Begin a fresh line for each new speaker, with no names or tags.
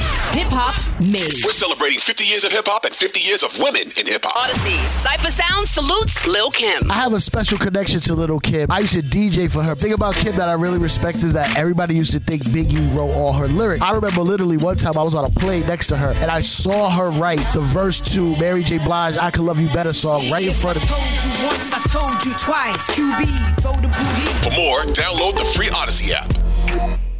Hip Hop Made.
We're celebrating 50 years of hip hop and 50 years of women in hip hop.
Odyssey. Cypher Sound salutes Lil Kim.
I have a special connection to Little Kim. I used to DJ for her. Thing about Kim that I really respect is that everybody used to think Biggie wrote all her lyrics. I remember literally one time I was on a plane next to her and I saw her write the verse to Mary J. Blige "I Could Love You Better" song right in front of me.
Told you once, I told you twice. QB, go to booty.
For more, download the free Odyssey app.